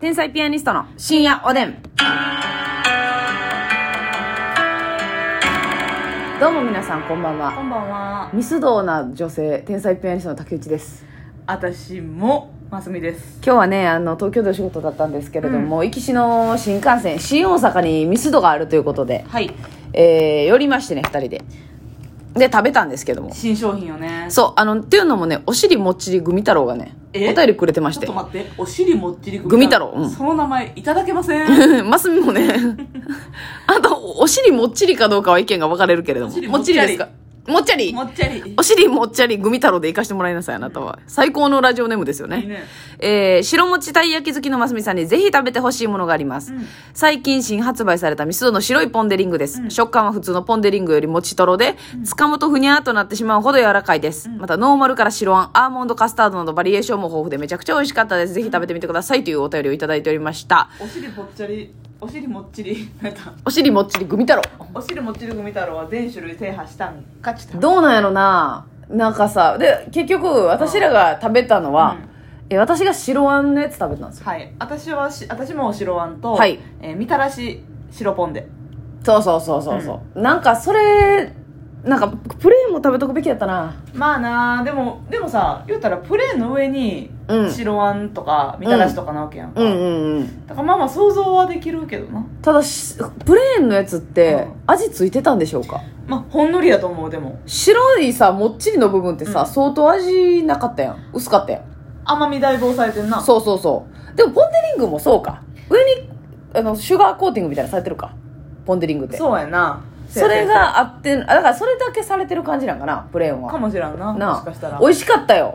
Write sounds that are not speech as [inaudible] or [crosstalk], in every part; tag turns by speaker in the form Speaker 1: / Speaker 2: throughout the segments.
Speaker 1: 天才ピアニストの深夜おでん。どうも皆さん、こんばん
Speaker 2: こ
Speaker 1: は。
Speaker 2: んばんは。
Speaker 1: ミスドな女性、天才ピアニストの竹内です。
Speaker 2: 私もますみです。
Speaker 1: 今日はね、あの、東京でお仕事だったんですけれども、行きしの新幹線、新大阪にミスドがあるということで、
Speaker 2: はい。
Speaker 1: えー、寄りましてね、二人で。で、食べたんですけども。
Speaker 2: 新商品よね。
Speaker 1: そう、あの、っていうのもね、お尻もっちりグミ太郎がね、お
Speaker 2: え
Speaker 1: 便りくれてまし
Speaker 2: ちょってと。待って、お尻もっちり
Speaker 1: グミ太郎うん
Speaker 2: その名前いただけませ
Speaker 1: [laughs]
Speaker 2: ん。
Speaker 1: マスミもね、あと、お尻もっちりかどうかは意見が分かれるけれども。
Speaker 2: お尻
Speaker 1: も
Speaker 2: も
Speaker 1: っ
Speaker 2: っ
Speaker 1: ち
Speaker 2: ち
Speaker 1: り
Speaker 2: り
Speaker 1: ですかもっちゃり
Speaker 2: もっちゃり。
Speaker 1: お尻もっちゃりグミ太郎で行かしてもらいなさい、あなたは。最高のラジオネームですよね。
Speaker 2: いいね
Speaker 1: えー白餅たい焼き好きのますみさんにぜひ食べてほしいものがあります。
Speaker 2: うん
Speaker 1: 最近新発売されたミスドの白いポンデリングです。食感は普通のポンデリングよりもちとろで、掴むとふにゃーっとなってしまうほど柔らかいです。また、ノーマルから白あん、アーモンドカスタードなどバリエーションも豊富でめちゃくちゃ美味しかったです。ぜひ食べてみてくださいというお便りをいただいておりました。
Speaker 2: お尻ぽっちゃり。お尻もっちり。なんか
Speaker 1: お尻もっちりグミ太郎。
Speaker 2: お尻もっちりグミ太郎は全種類制覇したんかちた。
Speaker 1: どうなんやろななんかさ、で、結局、私らが食べたのは、
Speaker 2: うん
Speaker 1: え私が白あんのやつ食べたんですよ。
Speaker 2: はい。私はし、私もお白あんと、
Speaker 1: はい
Speaker 2: えーみたらし白ポンで。
Speaker 1: そうそうそうそうそう、なんかそれなんかプレーンも食べとくべきやったな
Speaker 2: まあなあでも、でもさ、言うたらプレーンの上に
Speaker 1: うん、
Speaker 2: 白あんとか、みたらしとかなわけやんか。
Speaker 1: うんうんうん
Speaker 2: だからまあまあ想像はできるけどな。
Speaker 1: ただしプレーンのやつって
Speaker 2: うん
Speaker 1: 味ついてたんでしょうか
Speaker 2: まあ、ほんのりだと思う、でも。
Speaker 1: 白いさもっちりの部分ってさ、
Speaker 2: うん
Speaker 1: 相当味なかったやん薄かったやん
Speaker 2: 甘みだいぶ抑えてんな。
Speaker 1: そうそうそうでもポンデリングもそうか上にあのシュガーコーティングみたいなのされてるかポンデリングって
Speaker 2: そうやな。
Speaker 1: それがあってあだからそれだけされてる感じなんかなプレーン
Speaker 2: か
Speaker 1: は
Speaker 2: もしらんな。
Speaker 1: なあ
Speaker 2: もしかしたら。
Speaker 1: 美味しかったよ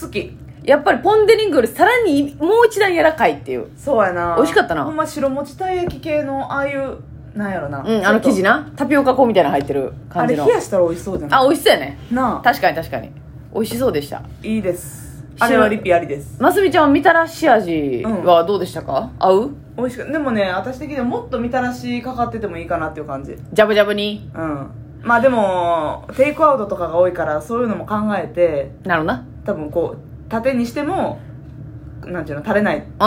Speaker 2: 好き。
Speaker 1: やっぱりポンデリングよりさらにもう一段柔らかいっていう
Speaker 2: そうやな。
Speaker 1: 美味しかったな
Speaker 2: ほんま白餅たい焼き系の、ああいう、なんやろ
Speaker 1: う
Speaker 2: な。
Speaker 1: ん、あの生地
Speaker 2: な。
Speaker 1: な。タピオカ粉みたいなの入ってる
Speaker 2: あ
Speaker 1: 感
Speaker 2: れ
Speaker 1: じの。
Speaker 2: 冷やしたら美味しそうじゃない
Speaker 1: あ、美味しそうやね。
Speaker 2: なあ。
Speaker 1: 確かに確かに。美味しそうでした。
Speaker 2: いいです。あれはリピありです。
Speaker 1: ますみちゃんはみたらし味はどうでしたか、合う
Speaker 2: 美味しく、でもね、私的にはもっとみたらしかかっててもいいかなっていう感じ。
Speaker 1: ジャブジャブに。
Speaker 2: うん。まあでも、テイクアウトとかが多いから、そういうのも考えて、
Speaker 1: なるな。
Speaker 2: 多分こう、縦にしても、なんていうの、垂れない
Speaker 1: うんうんうん。
Speaker 2: み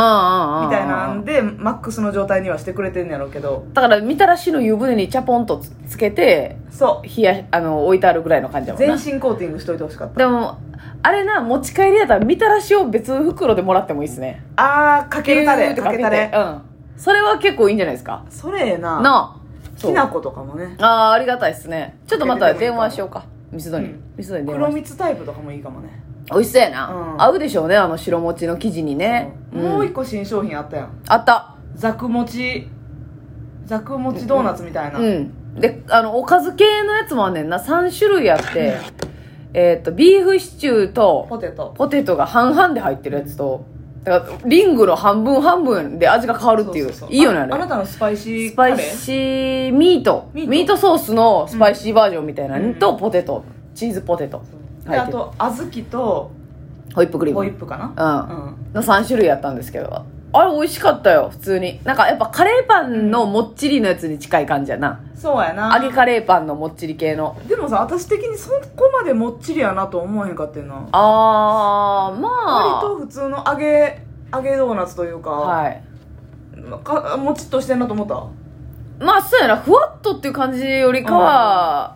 Speaker 2: たいなん。でマックスの状態にはしてくれてんやろうけど
Speaker 1: だから、みたらしの湯船にチャポンとつつけて、
Speaker 2: そ
Speaker 1: 冷や、あの、置いてあるぐらいの感じだ
Speaker 2: う
Speaker 1: もん
Speaker 2: 全
Speaker 1: な。
Speaker 2: 身コーティングしといてほしかった
Speaker 1: でも、あれな、持ち帰りやったらみたらしを別袋でもらってもいいっすね。
Speaker 2: あーかけるタ
Speaker 1: ビューっ
Speaker 2: レ
Speaker 1: て
Speaker 2: かけたれ
Speaker 1: うん。それは結構いいんじゃないですか
Speaker 2: それええな
Speaker 1: なあ。そう
Speaker 2: きな粉とかもね
Speaker 1: ああありがたいですねちょっとまた電話しようかミスドに、
Speaker 2: うん
Speaker 1: ミスドに電話
Speaker 2: 黒
Speaker 1: して
Speaker 2: 蜜タイプとかもいいかもね
Speaker 1: 美味しそうやな、
Speaker 2: うん
Speaker 1: 合うでしょうねあの白餅の生地にね、
Speaker 2: うん
Speaker 1: ん
Speaker 2: もう一個新商品あったやん
Speaker 1: あった
Speaker 2: ザクもちザクもちドーナツみたいな、
Speaker 1: うんであのおかず系のやつもあんねんな3種類あってえっとビーフシチューと
Speaker 2: ポテト
Speaker 1: ポテトが半々で入ってるやつとだからリングの半分半分で味が変わるっていう
Speaker 2: そそそ
Speaker 1: いいよねあれ
Speaker 2: あなたのスパイシ
Speaker 1: ス
Speaker 2: ーカ
Speaker 1: パ
Speaker 2: レー
Speaker 1: イシーミート
Speaker 2: ミート
Speaker 1: ソースのスパイシーバージョンみたいなのと、
Speaker 2: うん
Speaker 1: ポテトチーズポテト
Speaker 2: そう
Speaker 1: 入
Speaker 2: で
Speaker 1: っ
Speaker 2: あ
Speaker 1: てる
Speaker 2: と小豆と
Speaker 1: ホイップクリーム
Speaker 2: ホイップかな
Speaker 1: うん
Speaker 2: うん
Speaker 1: の3種類やったんですけどあれ美味しかったよ普通になんかやっぱカレーパンのもっちりのやつに近い感じやな
Speaker 2: そうやな
Speaker 1: 揚げカレーパンのもっちり系の
Speaker 2: でもさ私的にそこまでもっちりやなと思わへんかってんな
Speaker 1: あーま
Speaker 2: 割
Speaker 1: あ
Speaker 2: と普通の揚げ揚げドーナツというか,、
Speaker 1: はい
Speaker 2: かもちっとしてんなと思った
Speaker 1: まあそうやなふわっとっていう感じよりかは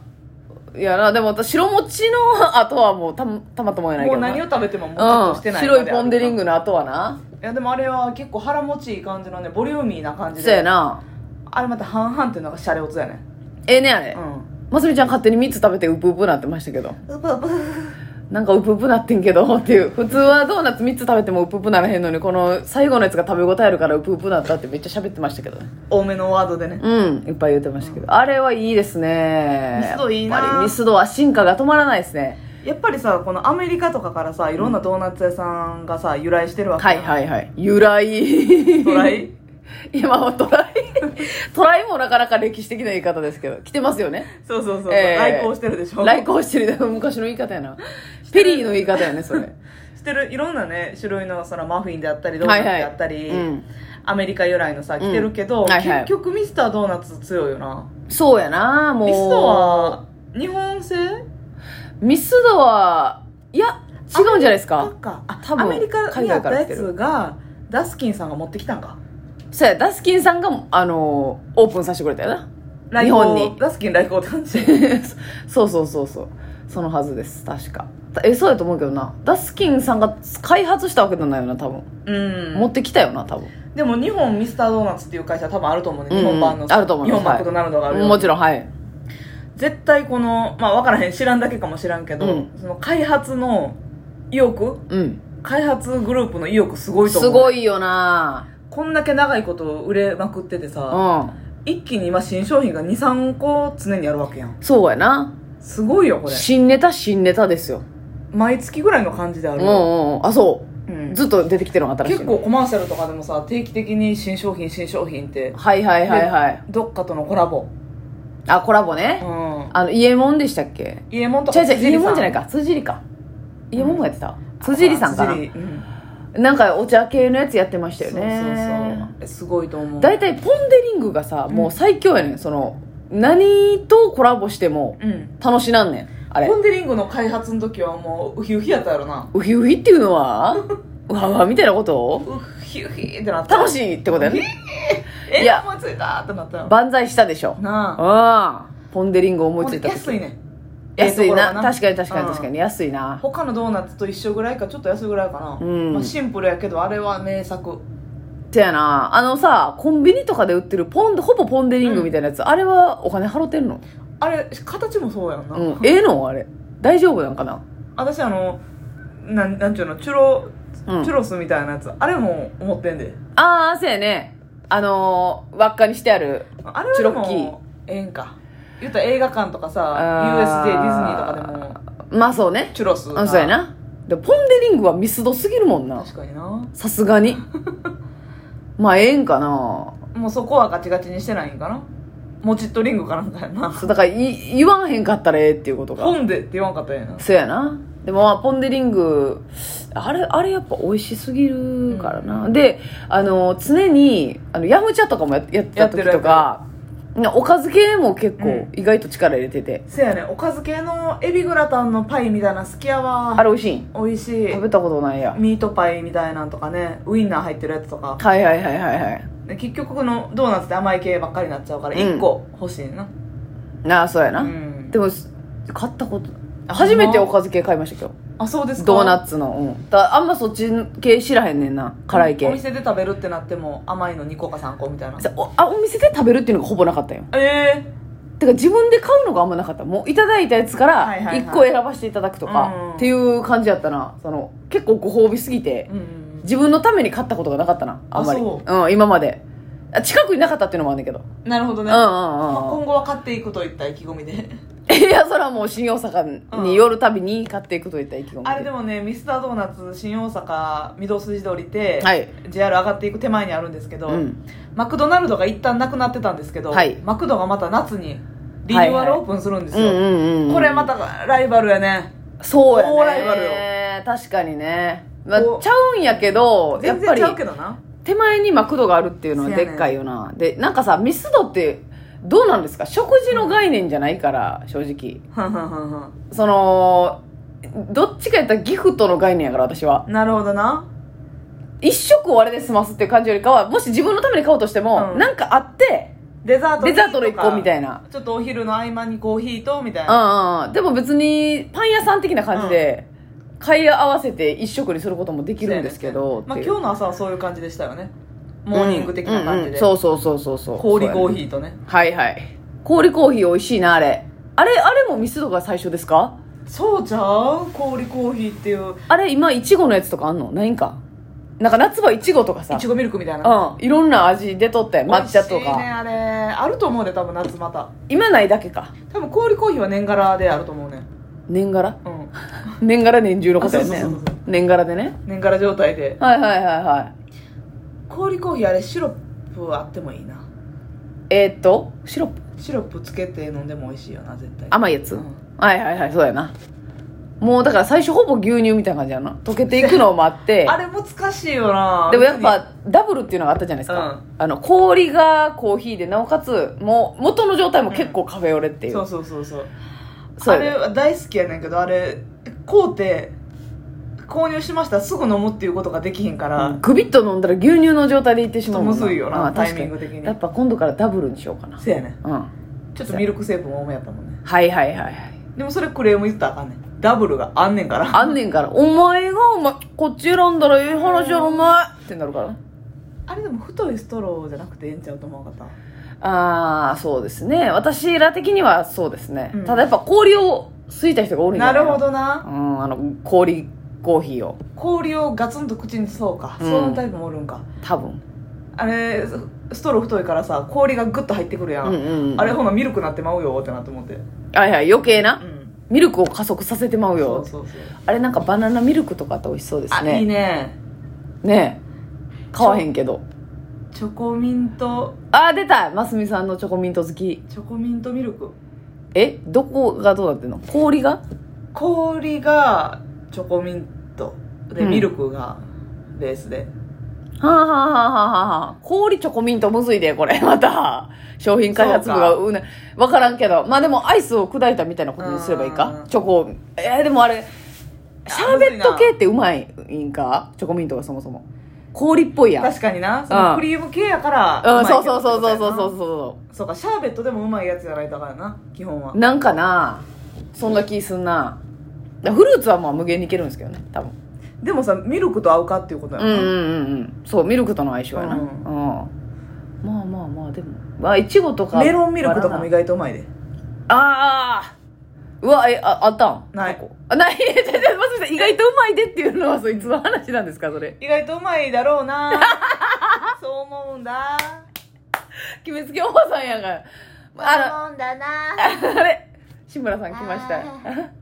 Speaker 1: いやなでも私白餅の後はもうたたまたまやない
Speaker 2: も
Speaker 1: けど
Speaker 2: う
Speaker 1: な
Speaker 2: 何を食べてももちっ
Speaker 1: う
Speaker 2: と
Speaker 1: ん、
Speaker 2: してない、
Speaker 1: 白いポン・デ・リン
Speaker 2: グ
Speaker 1: グの後はない
Speaker 2: やでもあれは結構腹持ちいい感じのねボリューミーな感じ
Speaker 1: そ
Speaker 2: で
Speaker 1: うやな
Speaker 2: あれまた半々っていうのがシャレオツやね
Speaker 1: ええねあれ、
Speaker 2: うん
Speaker 1: ますみちゃん勝手に3つ食べてウプウプなってましたけど
Speaker 2: うぷうぷ
Speaker 1: なんかうぷぷなってんけどっていう普通はドーナツ3つ食べてもうぷぷならへんのにこの最後のやつが食べ応えあるからうぷぷなったってめっちゃ喋ってましたけどね
Speaker 2: 多めのワードでね
Speaker 1: うんいっぱい言ってましたけど、あれはいいですね
Speaker 2: ミスドいいな
Speaker 1: やっぱりミスドは進化が止まらないですね
Speaker 2: やっぱりさこのアメリカとかからさいろんなドーナツ屋さんがさ由来してるわけ
Speaker 1: はいはいはい由来
Speaker 2: ドライ
Speaker 1: [laughs]
Speaker 2: [laughs]
Speaker 1: 今はトライトライもなかなか歴史的な言い方ですけど来てますよね
Speaker 2: そうそうそうそう、
Speaker 1: えー
Speaker 2: 来航してるでしょ
Speaker 1: 来航してる昔の言い方や
Speaker 2: [laughs]
Speaker 1: なペリーの言い方やねそれ
Speaker 2: してるいろんなね種類のそのマフィンであったりドーナツであったり、
Speaker 1: うん
Speaker 2: アメリカ由来のさ来てるけど、
Speaker 1: うんはいはい
Speaker 2: 結局ミスタードーナツ強いよな
Speaker 1: そうやなもう
Speaker 2: ミスドは日本製
Speaker 1: ミスドは、いや、違うんじゃないですか
Speaker 2: あっかあ
Speaker 1: 多分
Speaker 2: アメリカ
Speaker 1: 海
Speaker 2: に
Speaker 1: 外
Speaker 2: あっ
Speaker 1: か
Speaker 2: た
Speaker 1: ら来
Speaker 2: や
Speaker 1: てる
Speaker 2: つがダスキンさんが持ってきたんか
Speaker 1: そうや、ダスキンさんが、あのーオープンさせてくれたよな。 [laughs]
Speaker 2: 来
Speaker 1: 日
Speaker 2: 訪
Speaker 1: 本に。
Speaker 2: ダスキン来航って感じ
Speaker 1: [laughs] そうそうそうそう。そのはずです、確か。え、そうやと思うけどな。ダスキンさんが開発したわけじゃないよな、多分。
Speaker 2: うん
Speaker 1: 持ってきたよな、多分。
Speaker 2: でも日本ミスタードーナツっていう会社多分あると思うね、
Speaker 1: うん
Speaker 2: 日本版の
Speaker 1: あると思い
Speaker 2: 日
Speaker 1: ます
Speaker 2: 本マクドナルドがあるよ
Speaker 1: もちろん、はい。
Speaker 2: 絶対このまあ分からへん知らんだけかもしらんけど、
Speaker 1: うん
Speaker 2: その開発の意欲
Speaker 1: うん。
Speaker 2: 開発グループの意欲すごいと思
Speaker 1: す
Speaker 2: う
Speaker 1: ご
Speaker 2: い
Speaker 1: いよな
Speaker 2: こんだけ長いこと売れまくってて
Speaker 1: う
Speaker 2: さ、
Speaker 1: ん。
Speaker 2: 一気に今新商品が23個常にあるわけやん
Speaker 1: そうやな。
Speaker 2: すごいよこれ
Speaker 1: 新ネタ、新ネタですよ。
Speaker 2: 毎月ぐらいの感じであ
Speaker 1: うん
Speaker 2: る
Speaker 1: う
Speaker 2: よ、
Speaker 1: んうん。あ、そ
Speaker 2: うん
Speaker 1: う。ずっと出てきてるの、新しいの。
Speaker 2: 結構コマーシャルとかでもさ定期的に新商品新商品って
Speaker 1: はいはいはいはい。
Speaker 2: どっかとのコラボ
Speaker 1: あ、コラボ
Speaker 2: う
Speaker 1: ね。
Speaker 2: ん
Speaker 1: あの、イエモンでしたっけ
Speaker 2: イエモンと
Speaker 1: 違う
Speaker 2: か
Speaker 1: 違う、イエモンじゃない
Speaker 2: か
Speaker 1: か。辻りか。イエモンもやってた。辻りさんかな
Speaker 2: 辻。利うん
Speaker 1: なんかお茶系のやつやってましたよ
Speaker 2: そうそう
Speaker 1: ね。
Speaker 2: そうすごいと思う
Speaker 1: 大体ポンデリングがさ、
Speaker 2: うん
Speaker 1: もう最強やねん。その、何とコラボしても
Speaker 2: うん
Speaker 1: 楽しなんねん。あれ
Speaker 2: ポ。ン・デ・リングの開発の時はもうウヒウヒやったやろな
Speaker 1: ウヒウヒっていうの [laughs] はうわうわみたいなこと
Speaker 2: ウヒウヒってなった
Speaker 1: 楽しいってことやね。
Speaker 2: え
Speaker 1: いや
Speaker 2: 思いついたってなったよ
Speaker 1: 万歳したでしょ。
Speaker 2: なあ
Speaker 1: うん。ポンデリング思いついた時。
Speaker 2: 安いね
Speaker 1: 安
Speaker 2: ええ
Speaker 1: い
Speaker 2: ところ
Speaker 1: な。
Speaker 2: がな
Speaker 1: 確かに確か
Speaker 2: う
Speaker 1: に
Speaker 2: ん
Speaker 1: 確かに。安いな。
Speaker 2: 他のドーナツと一緒ぐらいかちょっと安いぐらいかな、
Speaker 1: うん
Speaker 2: まあ、シンプルやけどあれは名作
Speaker 1: てやな。あのさ、コンビニとかで売ってるポン、ほぼポンデリングみたいなやつ、あれはお金払ってんの
Speaker 2: あれ形もそうやんな、
Speaker 1: うん。ええのあれ。大丈夫なんかな
Speaker 2: 私あのなんなんちゅうのチュロ
Speaker 1: うん
Speaker 2: チュロスみたいなやつ、あれも思ってんで
Speaker 1: ああ、そうやね。あのー輪っかにしてある。
Speaker 2: あれは
Speaker 1: チ
Speaker 2: で
Speaker 1: ュロッキー
Speaker 2: もええんか言ったら映画館とかさ
Speaker 1: あー
Speaker 2: USJ ディズニーとかでも
Speaker 1: まあそうね。
Speaker 2: チュロス
Speaker 1: うん、そうやな。で、ポンデリングはミスドすぎるもんな。
Speaker 2: 確かにな
Speaker 1: さすが [laughs] に。まあ、ええんかな。
Speaker 2: もうそこはガチガチにしてないんかなもちっとリングかなんかやな
Speaker 1: そう、だから、い、言わんへんかったらええっていうことが。
Speaker 2: 本でって言わんかったんやな
Speaker 1: そうやな。でも、まあ、ポンデリング、あれ、あれやっぱ美味しすぎるからな。で、あの、常に、あの、ヤムチャとかもややってた時とか、なおかず系も結構
Speaker 2: う
Speaker 1: 意外と力入れてて、
Speaker 2: せやねおかず系のエビグラタンのパイみたいな好きやわ
Speaker 1: あれ美味しいん
Speaker 2: 美味しい
Speaker 1: 食べたことないや。
Speaker 2: ミートパイみたいなんとかねウインナー入ってるやつとか
Speaker 1: はいはいはいはいはい。
Speaker 2: で結局このドーナツって甘い系ばっかりになっちゃうから
Speaker 1: うん
Speaker 2: 1個欲しいな、
Speaker 1: なあそうや
Speaker 2: う
Speaker 1: な、
Speaker 2: ん
Speaker 1: でもす買ったこと
Speaker 2: あ
Speaker 1: 初めて
Speaker 2: ほ
Speaker 1: お
Speaker 2: んま
Speaker 1: かず系買いましたけど
Speaker 2: あそうですか
Speaker 1: ドーナ
Speaker 2: ツ
Speaker 1: ツの、うん、だあんまそっち系知らへんねんな辛い系
Speaker 2: お店で食べるってなっても甘いの2個か3個みたいな
Speaker 1: おあお店で食べるっていうのがほぼなかったよ
Speaker 2: え
Speaker 1: てか自分で買うのがあんまなかったもういただいたやつか
Speaker 2: は
Speaker 1: ら
Speaker 2: いはいはい
Speaker 1: 1個選ばせていただくとか、
Speaker 2: うん
Speaker 1: っていう感じやったなその結構ご褒美すぎて
Speaker 2: えー、うん
Speaker 1: 自分のために買ったことがなかったなあんまり、
Speaker 2: あそう
Speaker 1: ん、今まであ近くになかったっていうのもあんねんけど、
Speaker 2: なるほど
Speaker 1: う
Speaker 2: ね、
Speaker 1: んうん
Speaker 2: まあ
Speaker 1: うん
Speaker 2: 今後は買っていくといった意気込みで
Speaker 1: うん [laughs] いやそれはもう新大阪に寄るたびに買っていくといった意気込み
Speaker 2: あれでもねミスタードーナツ新大阪御堂筋通りで、
Speaker 1: はい
Speaker 2: JR 上がっていく手前にあるんですけど、
Speaker 1: うん
Speaker 2: マクドナルドが一旦なくなってたんですけど、
Speaker 1: はい
Speaker 2: マクドがまた夏にリニューアルオープンするんですよ、
Speaker 1: うんうんうん、
Speaker 2: これまたライバルやね
Speaker 1: そうやね
Speaker 2: 高ライバルよ
Speaker 1: 確かにね、まあ
Speaker 2: こ、う
Speaker 1: ちゃうんやけどやっ
Speaker 2: 全
Speaker 1: ぱ
Speaker 2: 然
Speaker 1: り
Speaker 2: ちゃうけどな
Speaker 1: 手前にマクドがあるっていうのは
Speaker 2: そうや
Speaker 1: で
Speaker 2: ね
Speaker 1: っかいよな、でなんかさミスドってどうなんですか食事の概念じゃないから正直
Speaker 2: はんはんはんはん
Speaker 1: そのどっちかやったらギフトの概念やから私は
Speaker 2: なるほどな
Speaker 1: 一食をあれで済ますっていう感じよりかはもし自分のために買おうとしても、
Speaker 2: うん
Speaker 1: なんかあって
Speaker 2: デザート
Speaker 1: デザートの一個みた
Speaker 2: い
Speaker 1: いな
Speaker 2: なちょっとお昼の合間にコーヒーとみたいな、
Speaker 1: うんうんうんでも別にパン屋さん的な感じで、買い合わせて一食にすることもできるんですけど、
Speaker 2: まあ、
Speaker 1: っていう
Speaker 2: 今日の朝はそういう感じでしたよねモーニング的な
Speaker 1: うん
Speaker 2: 感
Speaker 1: う
Speaker 2: じ
Speaker 1: んう
Speaker 2: で
Speaker 1: んそうそうそうそうそう
Speaker 2: 氷コー
Speaker 1: ー
Speaker 2: ヒーとね
Speaker 1: はいはい氷コーヒー美味しいなあれあれあれもミスドが最初ですか
Speaker 2: そうじゃう氷コーヒーっていう
Speaker 1: あれ今いちごのやつとかあんのないんかなんか夏場いちごとかさ
Speaker 2: いちごミルクみたいな
Speaker 1: うんいろんな味出とったよ抹茶と
Speaker 2: 美味しいね
Speaker 1: か
Speaker 2: あれあると思うで多分夏また
Speaker 1: 今ないだけか
Speaker 2: 多分氷コーヒーは年柄であると思うね
Speaker 1: 年がら
Speaker 2: うん
Speaker 1: 年がら年中のことや
Speaker 2: あ
Speaker 1: ね
Speaker 2: そうそうそうそう
Speaker 1: 年がらでね
Speaker 2: 年柄状態で
Speaker 1: はいはいはいはい
Speaker 2: 氷コーヒーあれシロップあってもいいな
Speaker 1: えー、っとシロップ
Speaker 2: シロップつけて飲んでも美味しいよな絶対
Speaker 1: 甘いやつ、
Speaker 2: うん
Speaker 1: はいはいはいそうやなもうだから最初ほぼ牛乳みたいな感じやな溶けていくのもあっ
Speaker 2: [laughs]
Speaker 1: て
Speaker 2: あれ難しいよな
Speaker 1: でもやっぱダブルっていうのがあったじゃないですか、あの氷がコーヒーでなおかつもう元の状態も結構カフェオレって
Speaker 2: 別
Speaker 1: い
Speaker 2: に
Speaker 1: う、
Speaker 2: そうそうそうそう
Speaker 1: そう
Speaker 2: あ
Speaker 1: やね
Speaker 2: れは大好きやねんけどあれ買うて購入しましたらすぐ飲むっていうことができひんから、
Speaker 1: グビッと飲んだら牛乳の状態でいってしまうもん
Speaker 2: ちょっとむずいよな
Speaker 1: ああ確かに
Speaker 2: タイミング的に
Speaker 1: やっぱ今度からダブルにしようかな
Speaker 2: せやねん
Speaker 1: うん
Speaker 2: ちょっとミルク成分多めやったもんね
Speaker 1: はいはいはいはい
Speaker 2: でもそれクレーム言ったらあかんねんダブルがあんねんから
Speaker 1: あんねんからお前がお前こっち選んだらええ話やお前ってなるから
Speaker 2: あれでも太いストローじゃなくてええんちゃうと思うかった
Speaker 1: ああそうですね私ら的にはそうですね、
Speaker 2: うん
Speaker 1: ただやっぱ氷を吸いた人がおるんじゃ
Speaker 2: ないる
Speaker 1: の
Speaker 2: ほどな
Speaker 1: うんあの氷コーヒーを
Speaker 2: 氷をガツンと口にそうか、
Speaker 1: うん
Speaker 2: そのタイプもおるんか
Speaker 1: 多分
Speaker 2: あれストロー太いからさ氷がグッと入ってくるやん、
Speaker 1: うんうんうん
Speaker 2: あれほなミルクなってまうよってなって思ってう
Speaker 1: はいはい余計な、
Speaker 2: ん
Speaker 1: ミルクを加速させてまう
Speaker 2: そ
Speaker 1: よ
Speaker 2: うそうそう
Speaker 1: あれなんかバナナミルクとかあって美味しそうです
Speaker 2: あ
Speaker 1: ね
Speaker 2: いいね
Speaker 1: ねえ買わへんけど
Speaker 2: チョコミント
Speaker 1: あー出たますみさんのチョコミント好き
Speaker 2: チョコミントミルク
Speaker 1: えどこがどうなってんの氷が
Speaker 2: 氷がチョコミントで、
Speaker 1: うん
Speaker 2: ミルクがベースで
Speaker 1: はあはあはあはあはあ氷チョコミントむずいで、これ。 [laughs] また、商品開発部が、
Speaker 2: そう
Speaker 1: うね、わからんけど。まあでも、アイスを砕いたみたいなことにすればいいか
Speaker 2: うん
Speaker 1: チョコを。えーでもあれ、シャーベット系ってうまいんかチョコミントがそもそも。氷っぽいやん。
Speaker 2: 確かになそのクリーム系やから
Speaker 1: うん、
Speaker 2: まい
Speaker 1: そう
Speaker 2: けど
Speaker 1: そうそうそうそう
Speaker 2: ってこと
Speaker 1: そうそ
Speaker 2: やなそうかシャーベットでもうまいやつじゃないだからな基本は
Speaker 1: う。なんかなそんな気すんな。だからフルーツはまあ無限にいけるんですけどね、多分。
Speaker 2: でもさミルクと合うかっていうことや
Speaker 1: うんうん
Speaker 2: な、
Speaker 1: うんうん。そう、ミルクとの相性やな。
Speaker 2: う
Speaker 1: うんん。まあまあまあ、でも。まあ、いちごとか。
Speaker 2: メロンミルクとか
Speaker 1: バナナ
Speaker 2: も意外とうまいで
Speaker 1: ああうわ、え、あ、あったん
Speaker 2: ない
Speaker 1: どこあ、ない、 [laughs] え、ちょ、ちょ、まさみさん、意外とうまいでっていうのは、そいつの話なんですか、それ。
Speaker 2: 意外とうまいだろう
Speaker 1: [laughs]
Speaker 2: なそう思うんだ
Speaker 1: 決めつけおばさんやんが。あ
Speaker 2: 思うん
Speaker 1: [laughs]
Speaker 2: だな
Speaker 1: の、あれ志村さん来ました。
Speaker 3: あ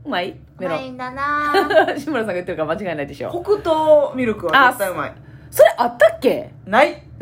Speaker 1: うまいうメロ
Speaker 3: ま
Speaker 1: ン。
Speaker 3: いんだな
Speaker 2: [laughs]
Speaker 1: [laughs] 志村さんが言ってるから間違いないでしょ。
Speaker 2: 黒糖ミルクは絶対うまい
Speaker 1: それあったっけ
Speaker 2: ない